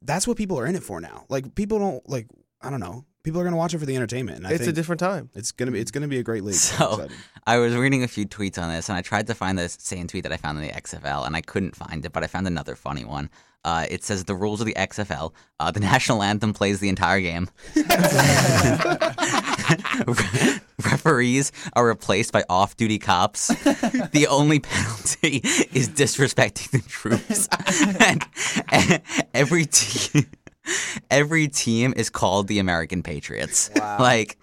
S3: that's what people are in it for now. Like people don't like I don't know. People are going to watch it for the entertainment. And I
S1: it's a
S3: think
S1: different time.
S3: It's gonna be it's gonna be a great league. I'm
S2: So
S3: excited.
S2: I was reading a few tweets on this, and I tried to find the same tweet that I found in the XFL, and I couldn't find it, but I found another funny one. Uh, it says the rules of the XFL: uh, the national anthem plays the entire game. Referees are replaced by off-duty cops. the only penalty is disrespecting the troops. and, and every team, every team is called the American Patriots. Like.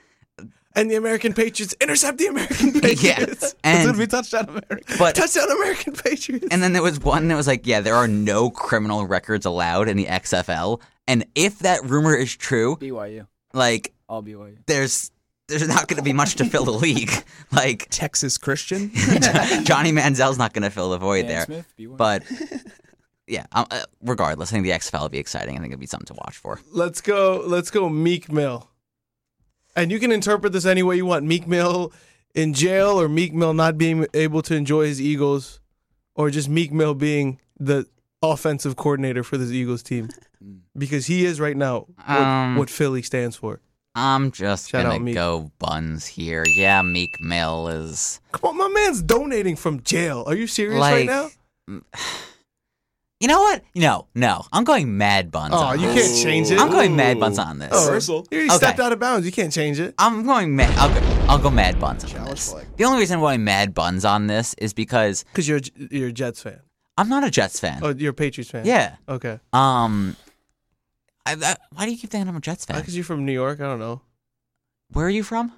S1: And the American Patriots intercept the American Patriots.
S2: Yeah. And-
S1: That's what we touched on America.
S2: But-
S1: touchdown American Patriots.
S2: And then there was one that was like, yeah, there are no criminal records allowed in the XFL. And if that rumor is true,
S4: BYU,
S2: like
S4: all BYU.
S2: there's there's not going to be much to fill the league. Like
S3: Texas Christian.
S2: Johnny Manziel's not going to fill the void
S4: Dan
S2: there.
S4: Smith, BYU.
S2: But yeah, um, uh, regardless, I think the XFL will be exciting. I think it'll be something to watch for.
S1: let's go. Let's go. Meek Mill. And you can interpret this any way you want. Meek Mill in jail, or Meek Mill not being able to enjoy his Eagles, or just Meek Mill being the offensive coordinator for this Eagles team because he is right now what,
S2: Um,
S1: what Philly stands for.
S2: I'm just
S1: Shout out
S2: going to
S1: Meek.
S2: go buns here. Yeah, Meek Mill is
S1: Come on, my man's donating from jail. Are you serious right
S2: Like,
S1: now?
S2: You know what? No, no. I'm going mad buns.
S1: Oh,
S2: on
S1: you
S2: this.
S1: can't change it.
S2: I'm going mad buns on this.
S1: Oh,
S3: Reversal.
S1: You already
S2: Okay.
S1: stepped out of bounds. You can't change it.
S2: I'm going mad. I'll go, I'll go mad buns on this. The only reason why I'm mad buns on this is because
S1: Because you're a J- you're a Jets fan.
S2: I'm not a Jets fan.
S1: Oh, you're a Patriots fan.
S2: Yeah.
S1: Okay.
S2: Um, I, I, why do you keep thinking I'm a Jets fan?
S1: Because you're from New York. I don't know.
S2: Where are you from?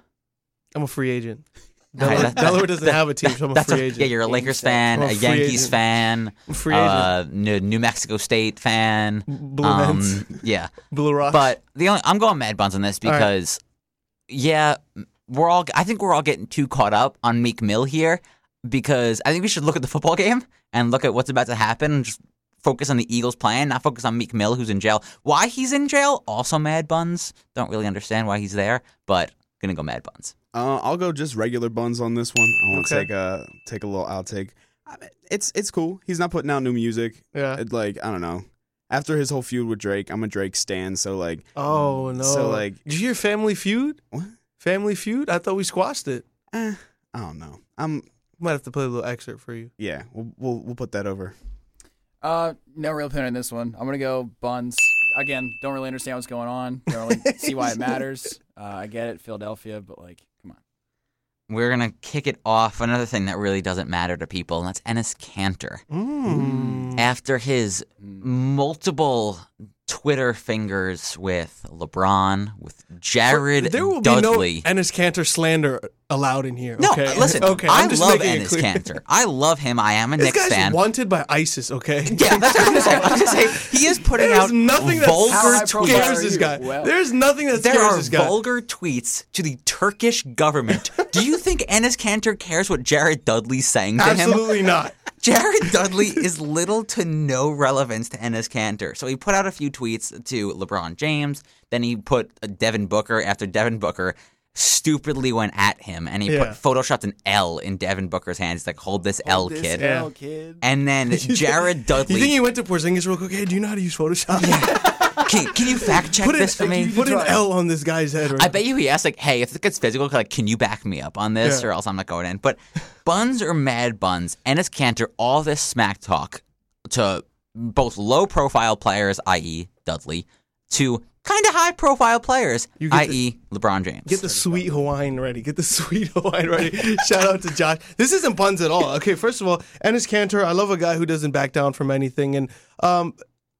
S1: I'm a free agent.
S2: All right,
S1: Delaware,
S2: that- that-
S1: Delaware doesn't have a team, so I'm a
S2: That's
S1: free
S2: a,
S1: agent.
S2: yeah, you're a Lakers fan,
S1: I'm
S2: a,
S1: a free
S2: Yankees
S1: agent.
S2: fan,
S1: I'm a free agent.
S2: uh, New, New Mexico State fan. um,
S1: Blue Hens.
S2: yeah.
S1: Blue Rocks.
S2: But the only I'm going mad buns on this
S1: All right.
S2: because, yeah, we're all. I think we're all getting too caught up on Meek Mill here because I think we should look at the football game and look at what's about to happen and just focus on the Eagles' plan, not focus on Meek Mill, who's in jail. Why he's in jail? Also, Mad Buns. Don't really understand why he's there, but gonna go Mad Buns.
S3: Uh, I'll go just regular buns on this one. I won't
S1: Okay.
S3: take a take a little outtake. I mean, It's it's cool. He's not putting out new music.
S1: Yeah.
S3: It, like I don't know. After his whole feud with Drake, I'm a Drake stan. So like,
S1: Oh no!
S3: So, like-
S1: did you hear Family Feud?
S3: What?
S1: Family Feud? I thought we squashed it.
S3: eh, I don't know. I'm
S1: Might have to play a little excerpt for you.
S3: yeah. We'll we'll, we'll put that over.
S4: Uh, no real opinion on this one. I'm gonna go buns again. Don't really understand what's going on. Don't really see why it matters. Uh, I get it, Philadelphia, but like, come on.
S2: We're gonna kick it off. Another thing that really doesn't matter to people, and that's Ennis Cantor.
S1: Mm.
S2: After his multiple Twitter fingers with LeBron, with Jared
S1: There will
S2: Dudley.
S1: be no Ennis Cantor slander allowed in here.
S2: No,
S1: okay?
S2: listen.
S1: Okay,
S2: I
S1: I'm just
S2: love
S1: making it
S2: Ennis
S1: clear.
S2: Cantor. I love him. I am a
S1: This
S2: Knicks
S1: guy's
S2: fan.
S1: wanted by ISIS. Okay.
S2: yeah, that's what I was gonna say. I was gonna say he is putting
S1: There's
S2: out
S1: nothing that
S2: vulgar
S4: How high
S1: scares
S4: profile
S2: tweets.
S4: are
S1: this
S4: you?
S1: guy.
S4: Well.
S1: There's nothing that
S2: There
S1: scares
S2: are
S1: this guy.
S2: vulgar tweets to the Turkish government. Do you think Ennis Cantor cares what Jared Dudley's saying to him?
S1: Absolutely not.
S2: Jared Dudley is little to no relevance to Ennis Cantor. So he put out a few tweets to LeBron James. Then he put uh, Devin Booker after Devin Booker stupidly went at him and he put
S1: Yeah.
S2: photoshopped an L in Devin Booker's hands. He's like, hold this L,
S4: This
S2: kid.
S4: L kid.
S2: And then Jared Dudley.
S1: You think he went to Porzingis real quick? Hey, do you know how to use Photoshop?
S2: can, can you fact check
S1: Put an,
S2: this for me?
S1: put an L on this guy's head. Right
S2: I bet you he asked like, "Hey, if it gets physical, like, can you back me up on this,
S1: Yeah.
S2: or else I'm not going in." But buns or mad buns, Ennis Cantor, all this smack talk to both low profile players, i.e. Dudley, to kind of high profile players,
S1: You get the-
S2: i.e. LeBron James.
S1: Get the sweet Hawaiian ready. Get the sweet Hawaiian ready. Shout out to Josh. This isn't buns at all. Okay, first of all, Ennis Cantor, I love a guy who doesn't back down from anything. And um,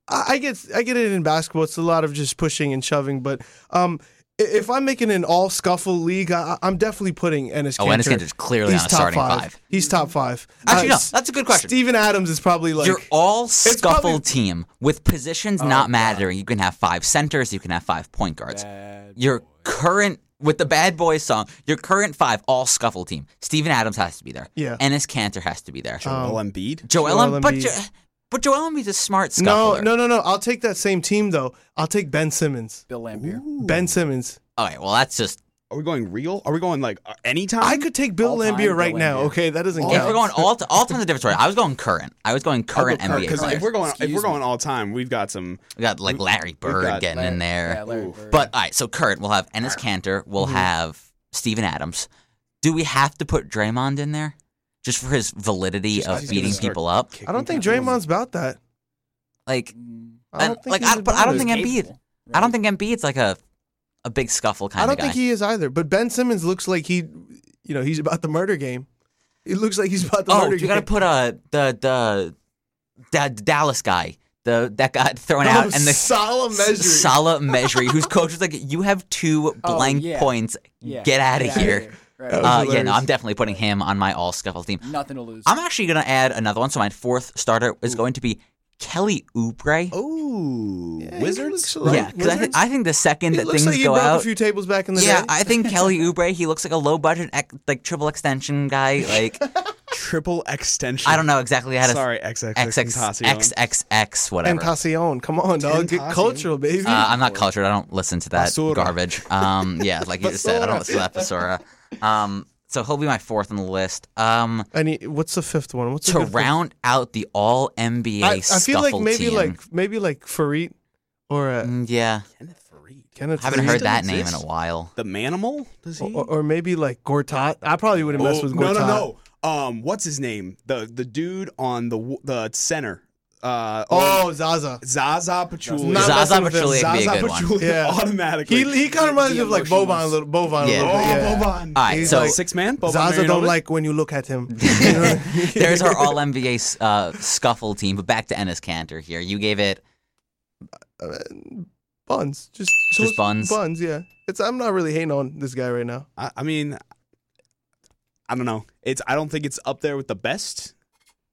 S1: I, I get I get it in basketball. It's a lot of just pushing and shoving. But um, i- if I'm making an all scuffle league, I, I'm definitely putting Ennis
S2: Oh,
S1: Cantor.
S2: Ennis Cantor's clearly
S1: He's
S2: on a
S1: top
S2: starting
S1: five.
S2: five.
S1: He's top five.
S2: Actually, no,
S1: S-
S2: that's a good question.
S1: Steven Adams is probably like
S2: Your all scuffle
S1: probably- Oh,
S2: team with positions not mattering. You can have five centers, you can have five point guards. your current with the Bad Boys song, your current five all scuffle team. Steven Adams has to be there.
S1: Yeah.
S2: Ennis Cantor has to be there.
S3: Joel Embiid.
S2: Joel,
S1: Joel
S2: Embiid. but
S1: Embiid.
S2: jo- but Joel Embiid's a smart
S1: no,
S2: scuffler.
S1: no, no, no. I'll take that same team though. I'll take Ben Simmons.
S4: Bill Lambier.
S1: Ben Simmons.
S2: All right, well that's just
S3: Are we going real? Are we going like uh, anytime?
S1: I could take Bill
S4: All-time
S1: Lambier right
S4: Bill
S1: now.
S4: Laimbeer.
S1: Okay, that doesn't
S2: if
S1: count.
S2: we're going all to, all times a different story. I was going current. I was going
S3: I'll go
S2: current
S3: current,
S2: NBA
S3: 'cause
S2: players.
S3: if we're going if
S4: Excuse
S3: we're
S4: me.
S3: going all time, we've got some.
S2: we got like Larry Bird
S3: got
S2: getting in there.
S4: Yeah, Larry Bird.
S2: But all right, so current we'll have Ennis Cantor, we'll have Steven Adams. Do we have to put Draymond in there? Just for his validity
S3: Just 'cause
S2: of
S3: he's gonna
S2: beating
S3: start
S2: people up?
S1: I don't think
S3: kicking people.
S1: Draymond's about that.
S2: Like
S1: I don't
S2: And,
S1: think
S2: like,
S1: he's
S2: I- but I don't
S1: about
S2: think
S1: it.
S2: Embiid.
S4: Capable,
S2: I don't
S4: right?
S2: think Embiid's like a a big scuffle kind
S1: I
S2: of
S1: don't
S2: guy.
S1: think he is either. But Ben Simmons looks like he, you know, he's about the murder game. It looks like he's about the
S2: oh,
S1: murder
S2: you
S1: game.
S2: gotta put uh the the the Dallas guy, the that got thrown out, and the
S1: Salah measure.
S2: Salah Mejri, whose coach was like, "You have two
S4: Oh,
S2: blank
S4: yeah.
S2: points.
S4: Yeah,
S2: Get out of
S4: outta
S2: here."
S4: Right.
S1: That was
S2: Uh, yeah, no,
S1: hilarious.
S2: I'm definitely putting him on my all scuffle team.
S4: Nothing to lose.
S2: I'm actually gonna add another one. So my fourth starter is going to be Kelly Oubre.
S3: Oh,
S1: Yeah, he looks
S3: Wizards. right?
S1: like-
S2: yeah, because I think I think the second
S1: He
S2: that
S1: looks
S2: things
S1: like he
S2: go
S1: broke
S2: out,
S1: a few tables back in the
S2: yeah,
S1: day.
S2: I think Kelly Oubre. He looks like a low budget, ex- like triple extension guy. Like
S3: triple extension.
S2: I don't know exactly how to
S3: Sorry, XX
S2: XX,
S3: Tentacion.
S2: XXX, whatever. Uh,
S1: Tentacion, come on, dog, get
S3: Tentacion.
S1: cultural, baby.
S2: I'm not cultured. I don't listen to that
S3: Basura.
S2: garbage. Um, yeah, like you just said, I don't listen to that basura. Um, so he'll be my fourth on the list. Um,
S1: I need. What's the fifth one? What's
S2: to
S1: the fifth one?
S2: round out the All NBA
S1: I, I feel like
S2: scuffle
S1: maybe
S2: team.
S1: like maybe like Farid or uh,
S2: Mm, yeah,
S3: Kenneth Fareed.
S1: Kenneth.
S2: haven't
S1: Fareed.
S2: heard that
S3: Doesn't
S2: name in a
S3: exist.
S2: while.
S3: The Manimal? Does he? Oh,
S1: Or, or maybe like Gortat. I probably would have messed oh, with Gortat.
S3: no, no, no. Um, what's his name? The the dude on the w- the center. Uh,
S1: Oh, Zaza.
S3: Zaza Pachulia.
S1: Not
S2: Zaza
S1: messing with him.
S2: Pachulia could be
S3: Zaza
S2: a good one.
S3: Pachulia
S1: Yeah.
S3: automatically.
S1: He he kind of reminds me
S4: the
S1: of like
S4: emotionless.
S1: Boban a little. Boban
S2: Yeah.
S1: a
S3: oh,
S1: little bit. Yeah.
S3: Boban.
S2: All right,
S1: He's
S2: so
S1: like-
S3: Six man. Oh, Boban
S1: Zaza
S3: Marjanovic?
S1: don't like when you look at him.
S2: there's our All NBA uh, scuffle team. But back to Ennis Cantor here. You gave it.
S1: Uh, buns, just
S2: Just buns.
S1: buns. Yeah, it's. I'm not really hating on this guy right now.
S3: I, I mean, I don't know. It's I don't think it's up there with the best,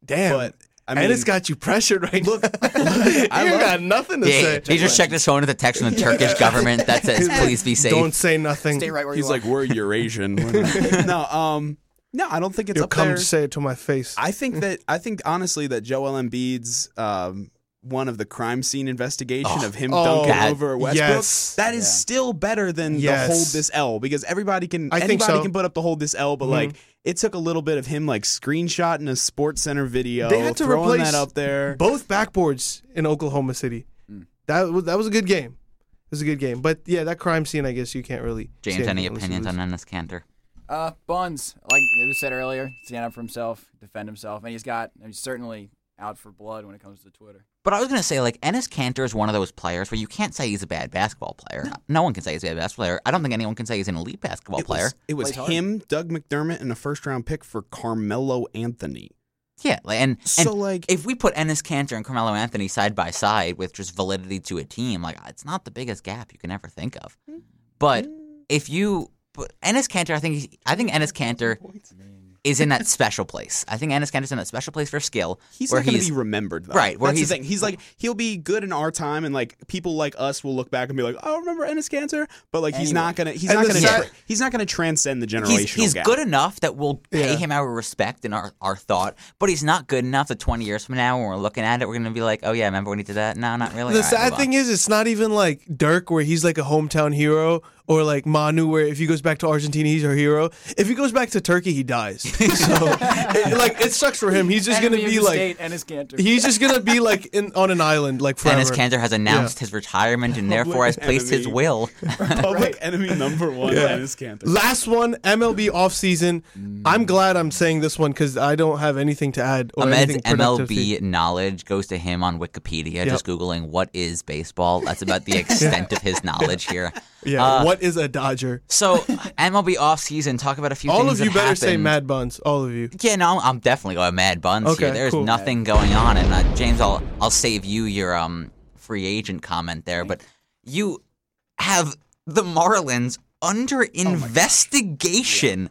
S1: Damn.
S3: but I
S1: I
S3: mean,
S1: and it's got you pressured right look, now. you
S3: I love-
S1: got nothing to
S2: Yeah,
S1: say.
S2: he just checked his phone with a text from the Turkish government that says, "Please be safe."
S1: Don't say nothing.
S4: Stay right where
S3: he's
S4: you
S3: like we're Eurasian. no, um, no, I don't think it's
S1: You'll
S3: up
S1: come
S3: there.
S1: say it to my face.
S3: I think that I think honestly that Joel Embiid's um, one of the crime scene investigation of him
S1: oh,
S3: dunking
S1: that-
S3: over Westbrook,
S1: yes.
S3: that is
S4: Yeah.
S3: still better than
S1: Yes.
S3: the hold this L because everybody can
S1: I
S3: anybody
S1: think so. Mm-hmm.
S3: can put up the hold this L, but like it took a little bit of him like screenshotting a Sports Center video,
S1: They had to
S3: throwing
S1: replace
S3: that up there.
S1: both backboards in Oklahoma City.
S2: Hmm.
S1: That was that was a good game. It was a good game, but yeah, that crime scene. I guess you can't really.
S2: James,
S1: stand
S2: any
S1: it unless you
S2: opinions
S1: lose.
S2: on Ennis Cantor?
S4: Uh, Buns, like it was said earlier, stand up for himself, defend himself, and he's got and he's certainly out for blood when it comes to Twitter.
S2: But I was going to say, like, Ennis Cantor is one of those players where you can't say he's a bad basketball player. No, one can say he's a bad basketball player. I don't think anyone can say he's an elite basketball
S3: It
S2: player.
S3: was, it was
S4: Plays hard.
S3: him, Doug McDermott, and a first round pick for Carmelo Anthony.
S2: Yeah, like, and, and
S3: So, like-
S2: if we put Ennis Cantor and Carmelo Anthony side by side with just validity to a team, like it's not the biggest gap you can ever think of.
S3: Hmm.
S2: But if you but Ennis Cantor, I think he- I think Ennis Cantor is in that special place. I think Ennis Cantor's in that special place for skill.
S3: He's
S2: where
S3: not going to
S2: he's
S3: be remembered, though.
S2: Right, where
S3: That's the
S2: he's-
S3: thing. He's like he'll be good in our time, and like people like us will look back and be like, "Oh, remember Ennis Cantor?" But like he's not gonna he's
S1: And the
S3: not gonna
S1: sad-
S3: tra- he's not gonna transcend the generational
S2: he's, he's
S3: gap.
S2: good enough that we'll pay
S1: Yeah.
S2: him our respect and our, our thought, but he's not good enough that 20 years from now when we're looking at it, we're going to be like, oh, yeah, remember when he did that? No, not really.
S1: The
S2: All right,
S1: sad
S2: move on.
S1: thing is, it's not even like Dirk, where he's like a hometown hero, or like Manu, where if he goes back to Argentina, he's our hero. If he goes back to Turkey, he dies. So, it- like, it sucks for him. He's just
S4: Enemy
S1: gonna
S4: of
S1: be
S4: the
S1: like,
S4: state, Ennis Cantor.
S1: he's just gonna be like in, on an island, like forever.
S2: Dennis Cantor has announced his retirement and therefore has placed his
S3: enemy.
S2: will.
S3: Public enemy number one, Ennis Cantor.
S1: Last one, MLB offseason. I'm glad I'm saying this one because I don't have anything to add or
S2: Mm. Ahmed's
S1: anything productive. to-
S2: MLB knowledge goes to him on Wikipedia, just Googling what is baseball. That's about the extent of his knowledge here. Uh,
S1: Yeah, what is a Dodger?
S2: So, MLB offseason, talk about a few
S1: All
S2: things
S1: of you
S2: that
S1: better say
S2: happened.
S1: Mad Buns. All of you.
S2: Yeah, no, I'm, I'm definitely going mad buns
S1: Okay,
S2: here. There's
S1: cool.
S2: nothing going on, and uh, James, I'll I'll save you your um free agent comment there, but you have the Marlins under investigation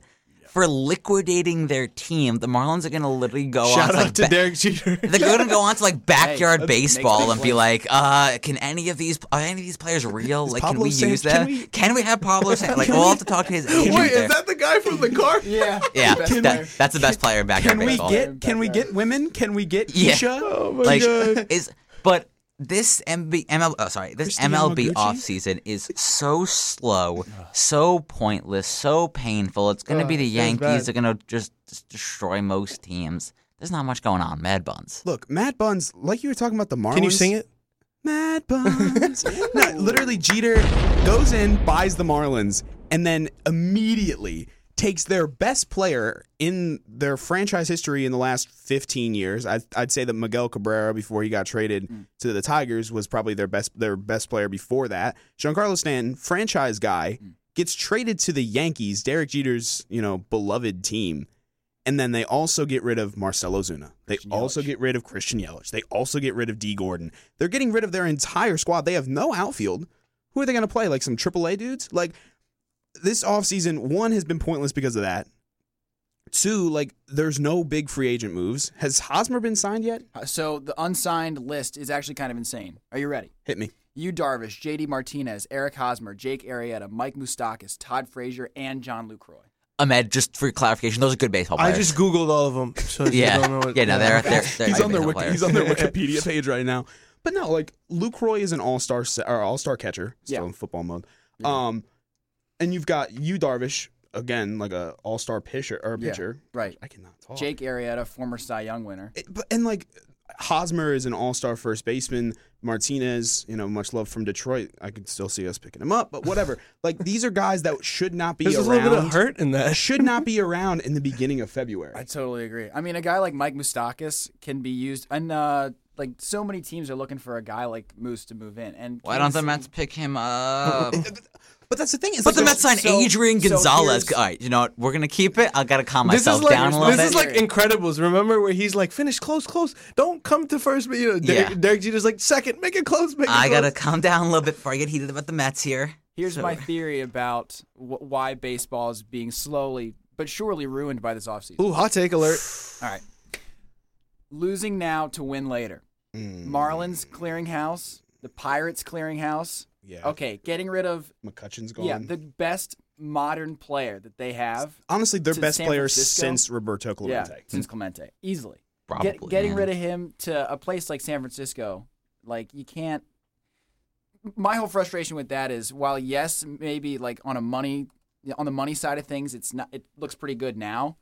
S2: for liquidating their team. The Marlins are going to literally go on
S1: Shout
S2: to,
S1: out
S2: like,
S1: to
S2: ba-
S1: Derek Jeter.
S2: They're gonna go on to like backyard
S4: let's make
S2: baseball
S4: some
S2: and be like,
S4: plays.
S2: uh, can any of these are any of these players real? Like, can
S3: Pablo
S2: we
S3: San-
S2: use
S3: can
S2: them?
S3: we-
S2: have Pablo? San- like, we'll have to talk to his agent. there.
S1: the guy from the car?
S4: yeah,
S2: yeah,
S4: best
S2: that-
S4: player.
S2: that's the best player in backyard
S3: Can we
S2: baseball.
S3: get can we get women? Can we get
S2: Yeah.
S3: Keisha? Oh my
S2: like is but this MB, ML, oh, sorry, this
S3: Christine
S2: MLB
S3: Yamaguchi?
S2: offseason is so slow, so pointless, so painful. It's going to
S1: Uh,
S2: be the Yankees. They're going to just, just destroy most teams. There's not much going on. Mad buns.
S3: Look, Mad Buns, like you were talking about the Marlins.
S1: Can you sing it?
S3: Mad Buns. no, literally, Jeter goes in, buys the Marlins, and then immediately takes their best player in their franchise history in the last 15 years. I'd, I'd say that Miguel Cabrera, before he got traded to the Tigers, was probably their best their best player before that. Giancarlo Stanton, franchise guy, gets traded to the Yankees, Derek Jeter's you know beloved team. And then they also get rid of Marcelo Zuna. They also get rid of Christian Yelich. They also get rid of D. Gordon. They're getting rid of their entire squad. They have no outfield. Who are they going to play? Like some AAA dudes? Like this offseason, one has been pointless because of that. Two, like there's no big free agent moves. Has Hosmer been signed yet?
S4: Uh, So the unsigned list is actually kind of insane. Are you ready?
S3: Hit me.
S4: You Darvish, J.D. Martinez, Eric Hosmer, Jake Arrieta, Mike Moustakis, Todd Frazier, and John Lucroy.
S2: Ahmed, just for clarification, those are good baseball
S1: I
S2: players.
S1: just Googled all of them. So
S2: yeah,
S1: I don't know what,
S2: yeah, no, they're they're, they're
S3: he's
S2: good
S3: on their
S2: baseball
S3: wiki,
S2: players.
S3: he's on their Wikipedia page right now. But no, like Lucroy is an all-star se- or all-star catcher, still
S4: Yeah.
S3: in football mode. Um, and you've got you Darvish again, like a all-star pitcher or
S4: Yeah,
S3: pitcher.
S4: right.
S3: I cannot talk.
S4: Jake Arrieta, former Cy Young winner.
S3: It- but, and like Hosmer is an all-star first baseman. Martinez, you know, much love from Detroit. I could still see us picking him up, but whatever. like these are guys that should not be
S1: There's a
S3: around.
S1: little bit of hurt in that.
S3: Should not be around in the beginning of February.
S4: I totally agree. I mean, a guy like Mike Moustakis can be used, and uh, like so many teams are looking for a guy like Moose to move in. And
S2: Why don't
S4: Kings-
S2: the Mets pick him up?
S3: but that's the thing is,
S2: But
S3: like,
S2: the
S3: there's-
S2: Mets signed
S4: so-
S2: Adrian
S4: so
S2: Gonzalez.
S4: here's-
S2: All right, you know what? We're gonna keep it. I gotta calm
S1: This
S2: myself
S1: is like
S2: down a
S1: this
S2: little bit.
S1: is like Incredibles. Remember where he's like, finish close, close. Don't come to first. But you know, Derek,
S2: Yeah.
S1: Derek Jeter's like, second, make it close, make it
S2: I
S1: close.
S2: gotta calm down a little bit before I get heated about the Mets here.
S4: Here's
S2: So-
S4: my theory about wh- why baseball is being slowly but surely ruined by this offseason.
S1: Ooh, hot take alert.
S4: All right. Losing now to win later.
S3: Mm.
S4: Marlins clearinghouse, the Pirates clearinghouse.
S3: Yeah.
S4: Okay, getting rid of
S3: McCutcheon's gone.
S4: yeah the best modern player that they have.
S3: honestly their
S4: to
S3: best
S4: San
S3: player
S4: Francisco?
S3: since Roberto Clemente. Hmm.
S4: Yeah, since Clemente, easily.
S2: Probably,
S4: getting
S2: yeah.
S4: rid of him to a place like San Francisco Like you can't. My whole frustration with that is, while yes, maybe like on a money on the money side of things, it's not. It looks pretty good now.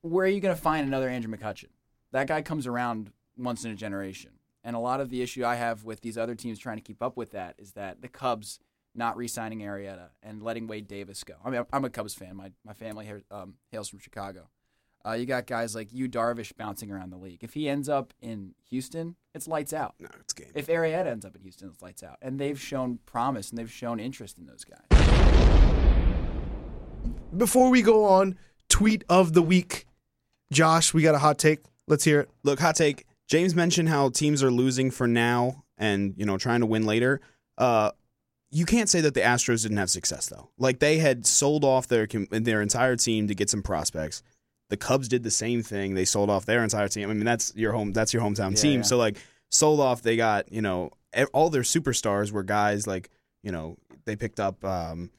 S4: Where are you going to find another Andrew McCutcheon? That guy comes around once in a generation. And a lot of the issue I have with these other teams trying to keep up with that is that the Cubs not re-signing Arietta and letting Wade Davis go. I mean, I'm a Cubs fan. My my family here, um, hails from Chicago. Uh, you got guys like you Darvish bouncing around the league. If he ends up in Houston, it's lights out.
S3: No, it's game.
S4: If Arietta ends up in Houston, it's lights out. And they've shown promise and they've shown interest in those guys.
S1: Before we go on, tweet of the week. Josh, we got a hot take. Let's hear it.
S3: Look, hot take. James mentioned how teams are losing for now and, you know, trying to win later. Uh, you can't say that the Astros didn't have success though. Like they had sold off their their entire team to get some prospects. The Cubs did the same thing. They sold off their entire team. I mean, that's your home. That's your hometown
S4: Yeah,
S3: team.
S4: yeah.
S3: So like, sold off. They got you know e- all their superstars were guys like you know they picked up um,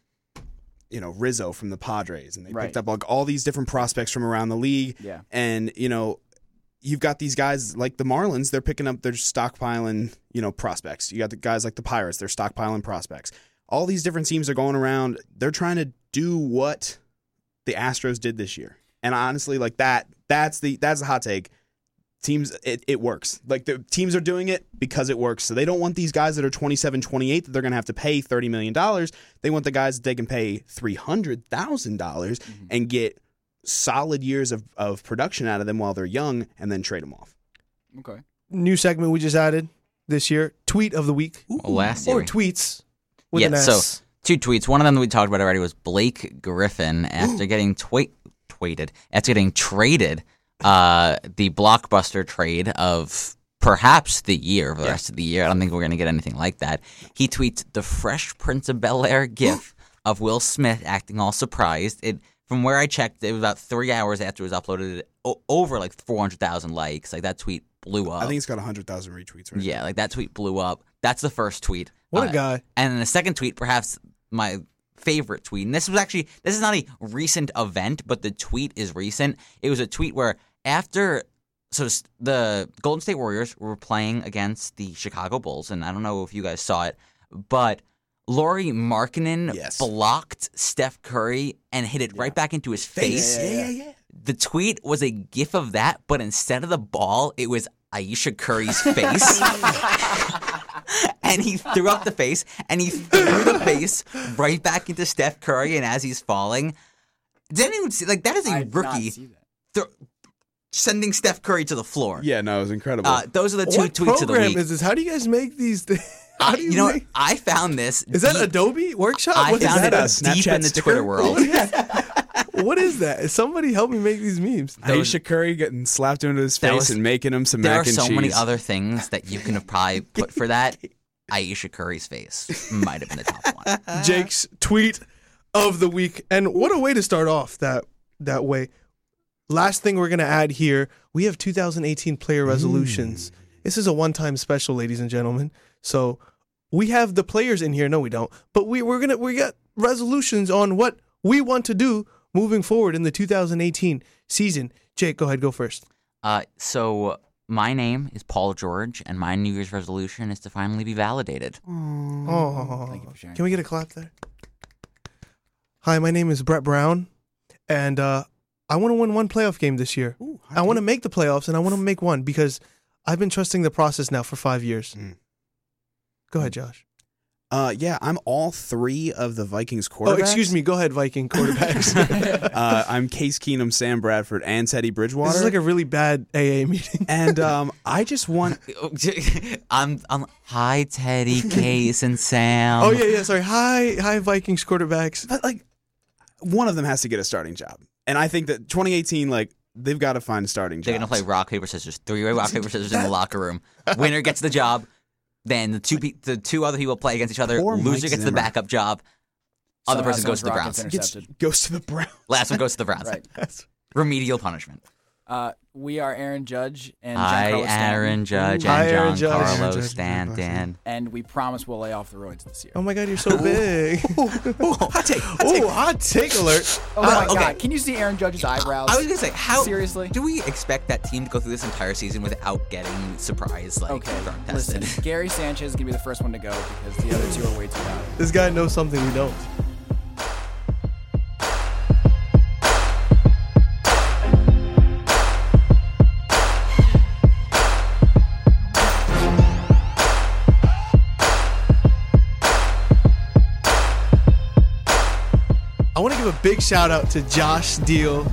S3: you know Rizzo from the Padres and they
S4: Right.
S3: picked up like all these different prospects from around the league.
S4: Yeah.
S3: And you know you've got these guys like the Marlins, they're picking up, they're stockpiling, you know, prospects. You got the guys like the Pirates, they're stockpiling prospects. All these different teams are going around, they're trying to do what the Astros did this year. And honestly, like that, that's the that's the hot take. Teams it, it works. Like the teams are doing it because it works. So they don't want these guys that are 27, 28 that they're going to have to pay 30 million dollars. They want the guys that they can pay $300,000 dollars and get solid years of, of production out of them while they're young and then trade them off.
S4: Okay.
S1: New segment we just added this year. Tweet of the week.
S2: Well, last year
S1: Or
S2: we-
S1: tweets with
S2: yeah,
S1: an S.
S2: so two tweets. One of them that we talked about already was Blake Griffin after getting tweet tweeted after getting traded uh, the blockbuster trade of perhaps the year for the rest of the year. I don't think we're going to get anything like that. He tweets the Fresh Prince of Bel Air gif of Will Smith acting all surprised. It from where I checked, it was about three hours after it was uploaded. It o- over like four hundred thousand likes. Like that tweet blew up.
S3: I think it's got 100,000 retweets right
S2: Yeah, like that tweet blew up. That's the first tweet.
S1: What a
S2: Uh,
S1: guy.
S2: And then the second tweet, perhaps my favorite tweet. And this was actually this is not a recent event, but the tweet is recent. It was a tweet where after so s- the Golden State Warriors were playing against the Chicago Bulls, and I don't know if you guys saw it, but Laurie Markkinen
S3: Yes.
S2: blocked Steph Curry and hit it right back into his face.
S3: yeah, yeah.
S2: The tweet was a gif of that, but instead of the ball, it was Aisha Curry's face. and he threw up the face and he threw the face right back into Steph Curry. And as he's falling, did anyone see? Like, that is a
S4: I did not
S2: rookie
S4: see that.
S2: thro- sending Steph Curry to the floor.
S3: Yeah, no, it was incredible.
S2: Uh, those are the two
S1: what
S2: tweets of the
S1: program
S2: week.
S1: is this? How do you guys make these? Th- How
S2: I-
S1: do you,
S2: you know, what?
S1: make?
S2: I found this.
S1: Is that
S2: deep-
S1: Adobe Workshop?
S2: I
S1: What is
S2: found
S1: that?
S2: it
S3: a
S2: deep
S3: Snapchat
S2: in the
S3: sticker?
S2: Twitter world.
S1: What is that? Somebody help me make these memes.
S2: those-
S3: Aisha Curry getting slapped into his
S2: That
S3: face
S2: was-
S3: and making him some
S2: there
S3: mac
S2: are
S3: and
S2: so
S3: cheese.
S2: many other things that you can have probably put for that. Aisha Curry's face might have been the top one.
S1: Jake's tweet of the week. And what a way to start off that that way. Last thing we're gonna add here, we have 2018 player resolutions. This is a one-time special, ladies and gentlemen. So we have the players in here. No, we don't. But we, we're gonna we got resolutions on what we want to do moving forward in the 2018 season. Jake, go ahead, go first.
S2: Uh, so my name is Paul George, and my New Year's resolution is to finally be validated.
S1: Oh,
S4: Thank you for sharing.
S1: Can we get a clap there? Hi, my name is Brett Brown, and uh, I want to win one playoff game this year. I want to make the playoffs, and I want to make one because I've been trusting the process now for five years.
S3: Mm.
S1: Go ahead, Josh.
S3: Uh, yeah, I'm all three of the Vikings
S1: Oh,
S3: quarterbacks.
S1: excuse me. Go ahead, Viking quarterbacks.
S3: Uh, I'm Case Keenum, Sam Bradford, and Teddy Bridgewater.
S1: this is like a really bad AA meeting.
S3: and um, I just want
S2: I'm, I'm hi Teddy, Case, and Sam.
S1: oh yeah, yeah. Sorry. Hi, hi, Vikings quarterbacks.
S3: but like one of them has to get a starting job, and I think that 2018, like they've got to find starting.
S2: They're gonna
S3: jobs.
S2: play rock paper scissors, three way rock paper scissors in the locker room. Winner gets the job. Then the two pe- the two other people play against each other.
S3: Poor
S2: Loser
S3: Mike
S2: gets the
S3: Zimmer.
S2: backup job. Other
S4: Somehow
S2: person goes
S4: someone's
S2: to the
S4: rocket
S2: Browns.
S4: center.
S3: Gets-
S4: Intercepted.
S3: goes to the Browns.
S2: Last one goes to the Browns.
S4: Right.
S2: Remedial punishment.
S4: Uh, we are Aaron Judge and
S2: I,
S4: Giancarlo Stanton,
S2: Aaron Judge,
S1: Hi,
S2: and
S1: Aaron
S2: John
S1: Judge. Aaron
S2: Carlo
S1: Judge.
S2: Stanton.
S4: and we promise we'll lay off the roids this year.
S1: Oh my God, you're so big.
S3: hot take. Hot take.
S1: Ooh, hot take alert.
S4: Oh my god! Can you see Aaron Judge's eyebrows?
S2: I was gonna say, how
S4: Seriously?
S2: do we expect that team to go through this entire season without getting surprised, like
S4: Okay,
S2: drug tested?
S4: listen. Gary Sanchez is gonna be the first one to go because the other two are way too bad.
S1: This guy knows something we don't. I want to give a big shout out to Josh Deal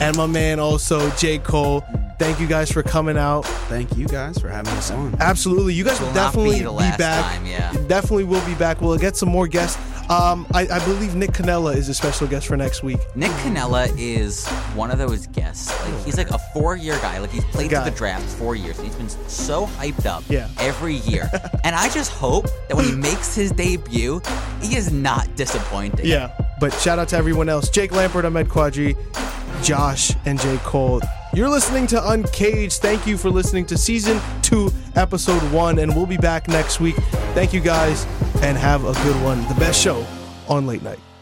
S1: and my man also J Cole. Thank you guys for coming out.
S3: Thank you guys for having us on.
S1: Absolutely. You guys
S2: Will
S1: will
S2: not be
S1: definitely
S2: the last
S1: back.
S2: time, yeah.
S1: Definitely will be back. We'll get some more guests. Um, I, I believe Nick Canella is a special guest for next week.
S2: Nick Canella is one of those guests. Like he's like a four-year guy. Like he's played
S1: Guy.
S2: through the draft four years. He's been so hyped up
S1: Yeah.
S2: every year. and I just hope that when he makes his debut, he is not disappointed.
S1: Yeah. But shout out to everyone else. Jake Lampert, Ahmed Quadri, Josh, and Jay Cole. You're listening to Uncaged. Thank you for listening to season two, episode one, and we'll be back next week. Thank you guys and have a good one. The best show on late night.